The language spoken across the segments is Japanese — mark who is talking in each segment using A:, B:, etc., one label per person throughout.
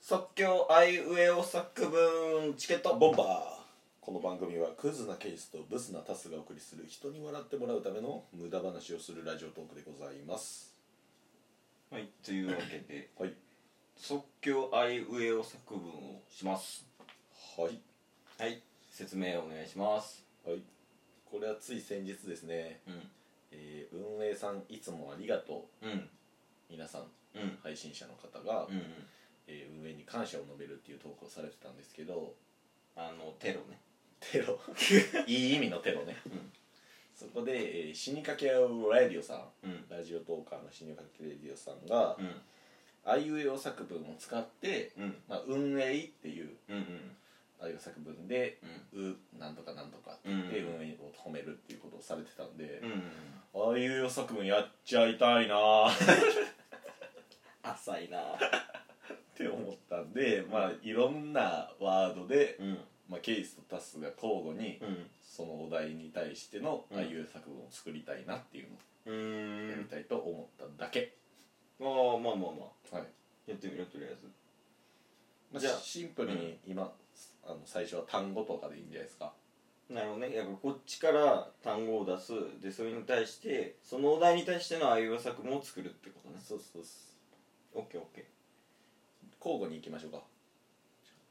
A: 即興あいうえお作文チケットボンバーこの番組はクズなケイスとブスなタスがお送りする人に笑ってもらうための無駄話をするラジオトークでございます
B: はい、というわけで
A: はい
B: 即興あいうえお作文をします
A: はい
B: はい説明お願いします
A: はいこれはつい先日ですね、
B: うん
A: えー運営さんいつもありがと
B: うん
A: う皆さん
B: うんうん
A: 配信者の方が、
B: うん
A: えー運営に感謝を述べるっていう投稿をされてたんですけど
B: あのテロね
A: テロ いい意味のテロね、
B: ん
A: そこで、えー死にかけ合うラジオさん
B: うん
A: ラジオトーカーの死にかけレディオさんが、
B: うん
A: あいうえお作文を使って、
B: うん
A: まあ、運営っていう
B: うん
A: あいう作文で
B: うん
A: 「う」なんとかなんとかって言って
B: うん
A: 運営を褒めるっていうことをされてたんで
B: うん、うん
A: ああいうえお作文やっちゃいたいなーっ
B: 浅いな
A: て思ったんで、まあ、いろんなワードで、
B: うん
A: まあ、ケイスとタスが交互に
B: うん
A: そのお題に対しての
B: うん
A: ああいうえお作文を作りたいなっていうの
B: う
A: をや
B: ー
A: り
B: ん
A: たいと思っただけ、
B: ああまあまあまあ
A: はい
B: やってみるとりあえず
A: まあ、
B: じゃあ
A: シンプルに今、あの最初は単語とかでいいんじゃないですか
B: なるほどねやっぱこっちから単語を出すでそれに対してそのお題に対してのあいうえお作文を作るってことね
A: そうそう
B: オッケーオッケー
A: 交互に行きましょうか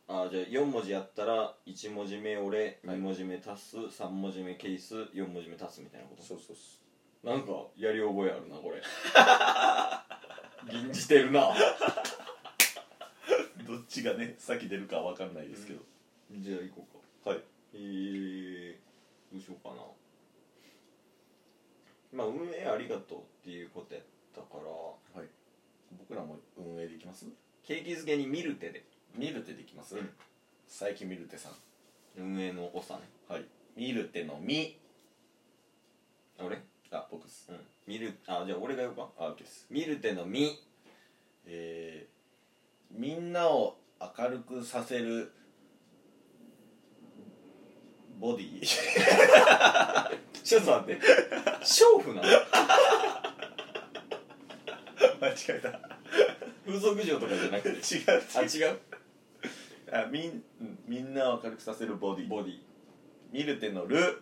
B: あーじゃあ4文字やったら1文字目俺
A: はい
B: 2文字目足す3文字目ケース4文字目足すみたいなこと
A: うそう
B: なんかやり覚えあるなこれ吟じてるな
A: そう どっちがね先出るかわかんないですけど、
B: じゃあ行こうか
A: はい
B: えー、どうしようかなまあ運営ありがとうっていうことやったから
A: はい僕らも運営できます
B: 景気づけに見る手で
A: ミルテできます、
B: うん
A: 佐伯ミルテさん
B: 運営の長ね
A: はいミルテの「み
B: あ俺」
A: あ僕っす
B: うん見るあじゃあ俺が言うか
A: あオッケーです
B: 見る手の見
A: えー、みんなを明るくさせるボディ
B: ちょっと待って娼婦なの
A: 間違えた
B: 風俗嬢とかじゃなくて
A: 違う
B: あ違う
A: あみんうんみんなを明るくさせるボディ
B: ボディ
A: ミルテの「る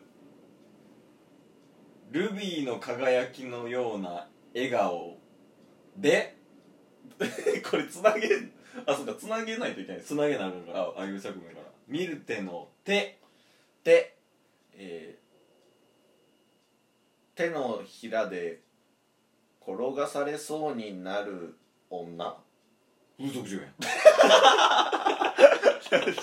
B: ルビーの輝きのような笑顔で」
A: これつなげあそうかつなげないといけないです
B: つなげなるから
A: あ
B: ああいう作文やから「ミルテの手
A: で、えー手のひらで転がされそうになる女」
B: 風俗嬢やん
A: 違う違う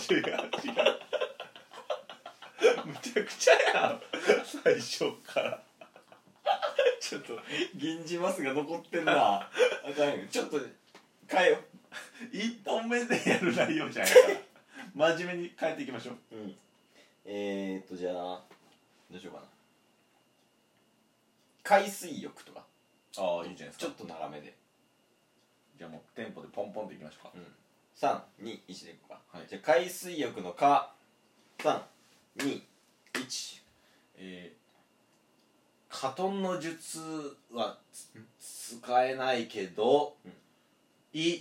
A: むちゃくちゃやん最初から
B: ちょっと銀じますが残ってんなあかんよちょっと変えよ
A: 1本目でやる内容じゃない から真面目に変えていきましょ
B: う、
A: う
B: うん、えー、っとじゃあどうしようかな海水浴とか
A: ああいいじゃない
B: ちょっと長めで
A: じゃあもうテンポでポンポンといきましょうか
B: 321でいこうか、
A: はい
B: じゃあ海水浴の「か」321
A: えー、カトンの術はつ使えないけど、い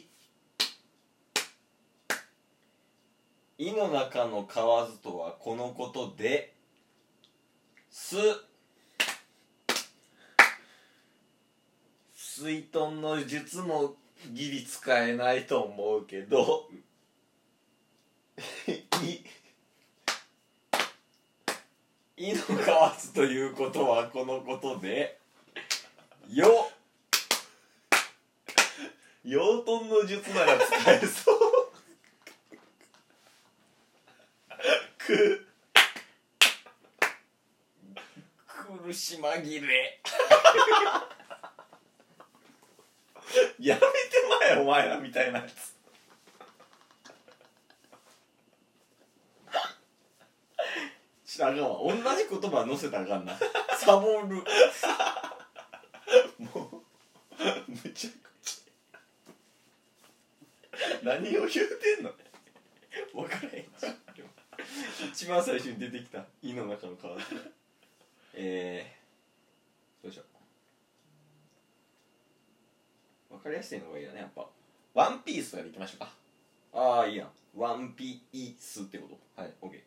B: 井の中の蛙とはこのことです
A: 水遁の術もギリ使えないと思うけど、い
B: 井の蛙ということはこのことでよ
A: 養遁の術なら使えそうく
B: 苦し紛れ
A: やめてまえお前らみたい なやつ
B: 知らんわ同じ言葉載せたらあかんなサボる
A: もうむちゃくちゃ何を言うてんの
B: 分からへん一番最初に出てきた井の中の蛙えー、どうしよう分かりやすいのがいいよねやっぱ
A: ワンピースとかでいきましょうか
B: あああいいやんワンピースってこと
A: はい
B: OK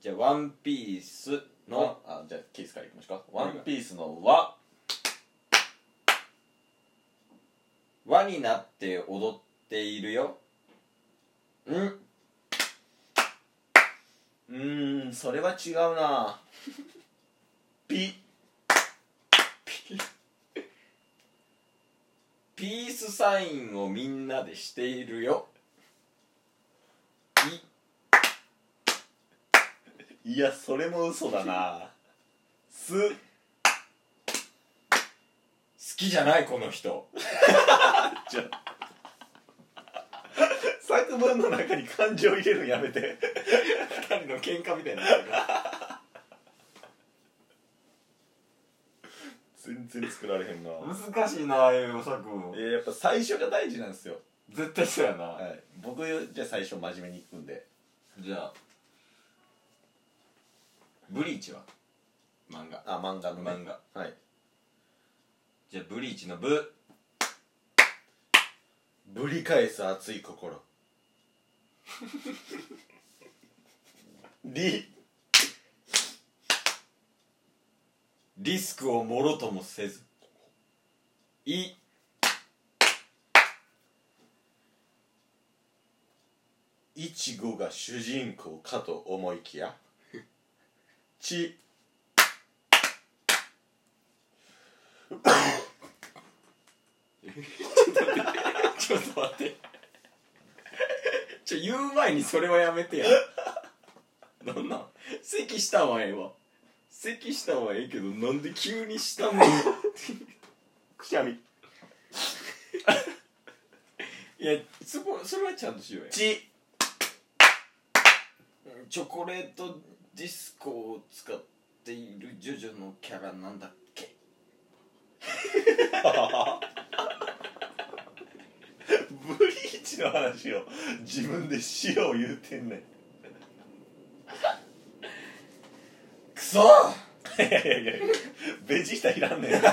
B: じゃあワンピースの
A: のあじゃあケースからいきましょうか「
B: は
A: ワ
B: い
A: ンピースの「和
B: 輪になって踊っているよん
A: うーんそれは違う なピ
B: ピースサインをみんなでしているよい
A: いやそれも嘘だなす
B: 好きじゃないこの人
A: 作文の中に漢字を入れるのやめて
B: 二人の喧嘩みたいな
A: 全然作られへんな
B: 難しいなああいう作
A: え
B: 文
A: ー、やっぱ最初が大事なんですよ、
B: 絶対そうやな、
A: はい、僕じゃあ最初真面目にいくんで
B: じゃあブリーチは漫画
A: あ漫画の、ね、
B: 漫画
A: はい
B: じゃあブリーチのブ
A: ぶり返す熱い心り
B: リスクをもろともせずい
A: いちごが主人公かと思いき やち
B: ちょっと待ってちょ言う前にそれはやめてやなんなん咳したんはええわ咳したんはええけどなんで急にしたもん
A: くしゃみ
B: いやそこそれはちゃんとしようや
A: ち
B: チョコレートディスコを使っているジョジョのキャラなんだっけ
A: ブリーチの話を自分でしよう言うてんね
B: クソ
A: んいやいやいやベジータいらんねんじゃ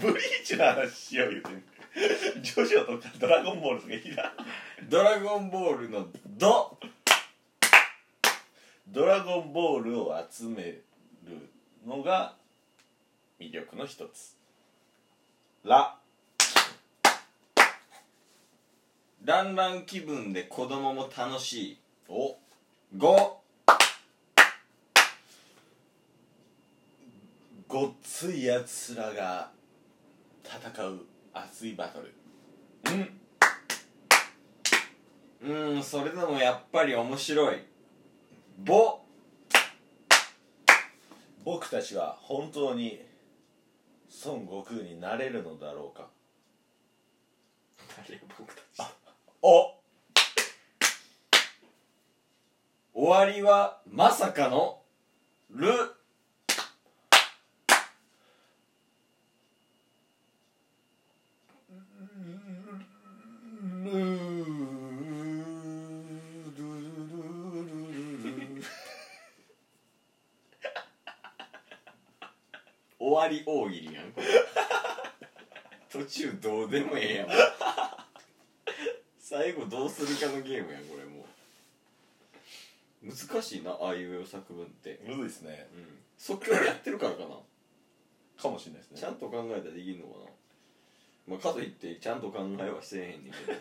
A: ブリーチの話しよう言うてんねんジョジョとかドラゴンボールとかいらん
B: ドラゴンボールのド
A: ドラゴンボールを集めるのが魅力の一つラ
B: ランラン気分で子供も楽しい
A: お
B: ゴ
A: ごっついやつらが戦う熱いバトルん
B: うーんそれでもやっぱり面白いボ
A: 僕たちは本当に孫悟空になれるのだろうか
B: 誰僕たち
A: お
B: 終わりはまさかのル終わり大喜利やんこれ途中どうでもええやんもう最後どうするかのゲームやんこれもう難しいなああいうえお作文って、
A: むずいですね
B: うん、即興でやってるからかな
A: かもしれないです
B: ちゃ
A: ね
B: んと考えたらできんのかなまあかといってちゃんと考えはしてへんねんけど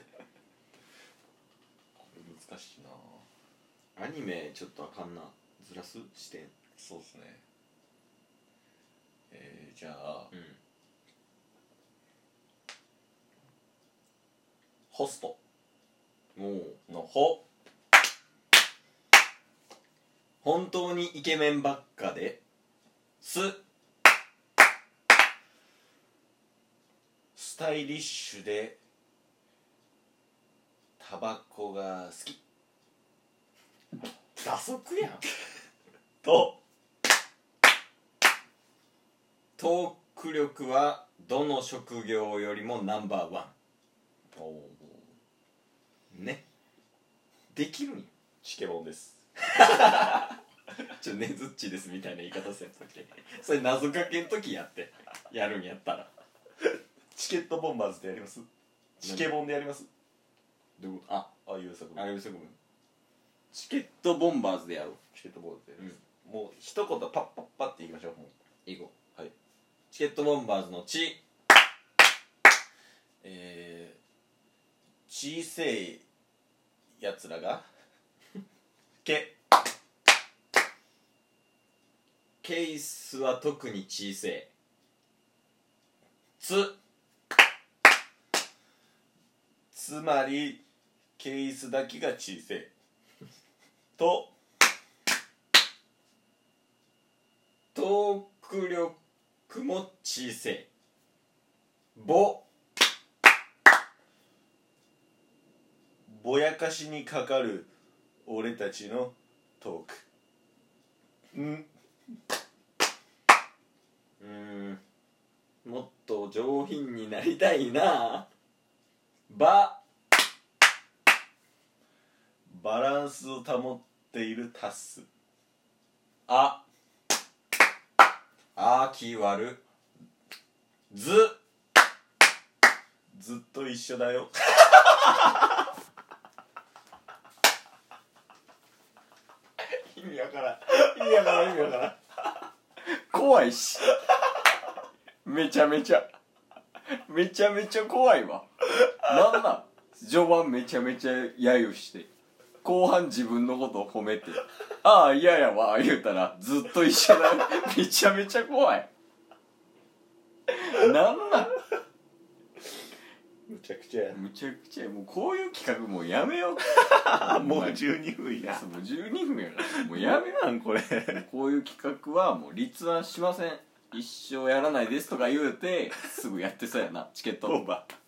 A: 難しい な
B: アニメちょっとあかんなずらす視点
A: そうですねえー、じゃあ
B: うん
A: ホスト
B: もう
A: のホ
B: 本当にイケメンばっかです
A: スタイリッシュでタバコが好き
B: 打足やん
A: と
B: トーク力はどの職業よりもナンバーワ
A: お
B: ンねできるんや
A: チケボンです
B: ちょねずっちですみたいな言い方せんときそれ謎かけん時やってやるんやったら
A: チケットボンバーズでやりますチケボンでやります
B: どういうことあ
A: ああいう作
B: あ
A: 文
B: れ嘘ごめんチケットボンバーズでやろう
A: チケットボンバーズでやります、もう一言パッパッパっていきましょうも
B: 行こ
A: うはい
B: チケットボンバーズの血
A: えー、小せいやつらが け
B: ケースは特に小せえ
A: つつまりケースだけが小せいと
B: トーク力も小せえぼ
A: ぼやかしにかかる俺たちのトークん
B: うーんもっと上品になりたいなば
A: バランスを保っているタスあ
B: あきわる
A: ずずっと一緒だよ
B: 意味わからん意味わからん意味わからん怖いしめちゃめちゃめちゃめちゃ怖いわなんなん序盤めちゃめちゃ揶揄して後半自分のことを褒めて「ああ嫌やわ」言うたらずっと一緒だよめちゃめちゃ怖いなんなん
A: むちゃくちゃや
B: むちゃくちゃやもうこういう企画もうやめよう
A: も
B: ほん
A: う
B: まに
A: 12分や
B: もう12分やからもうやめよ
A: なんこれ
B: うこういう企画はもう立案しません一生やらないですとか言うてすぐやってそうやなチケット
A: オーバー